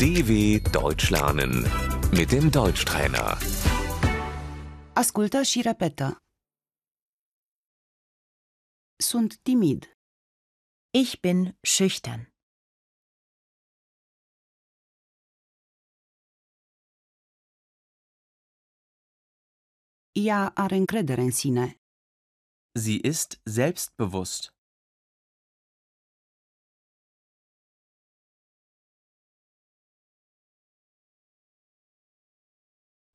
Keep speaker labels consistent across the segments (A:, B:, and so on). A: DW Deutsch lernen mit dem Deutschtrainer.
B: Ascultă și repetă. Sunt timid.
C: Ich bin schüchtern.
B: Ea are încredere în sine.
D: Sie ist selbstbewusst.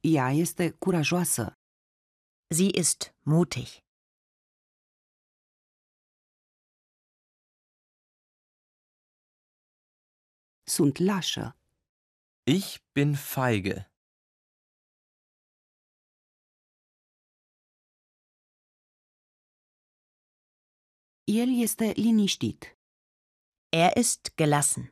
B: Ea este curajoasă.
C: Sie ist mutig.
B: Sunt lașă.
D: Ich bin feige.
B: El este liniștit.
C: Er ist gelassen.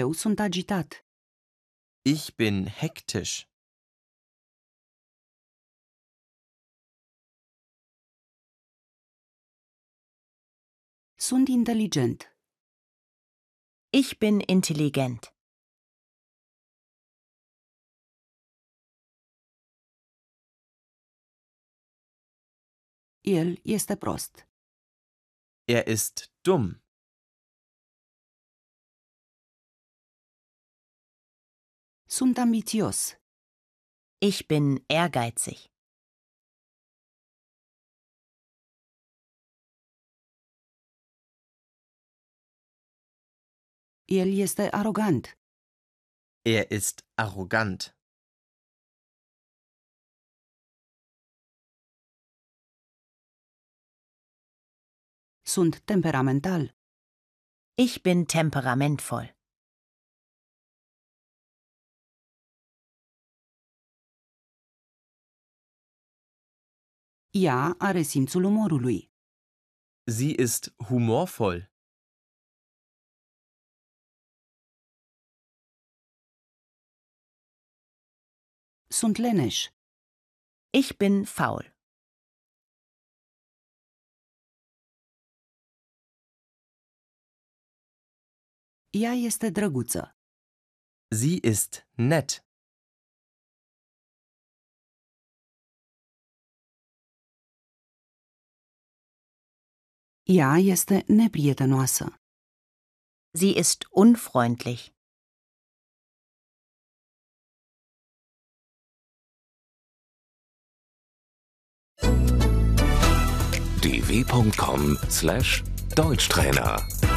B: Eu sunt agitat.
D: Ich bin hektisch.
B: Sunt inteligent.
C: Ich bin intelligent.
B: El este prost.
D: Er ist dumm.
B: Sunt ambițios.
C: Ich bin ehrgeizig.
B: El este arogant.
D: Er ist arrogant.
B: Sunt temperamental.
C: Ich bin temperamentvoll.
B: Ea are simțul umorului.
D: Sie ist humorvoll.
B: Sunt leneș.
C: Ich bin faul.
B: Ea este drăguță.
D: Sie ist nett.
B: Ea este neprietenoasă.
C: Sie ist unfreundlich.
A: dw.com/deutschtrainer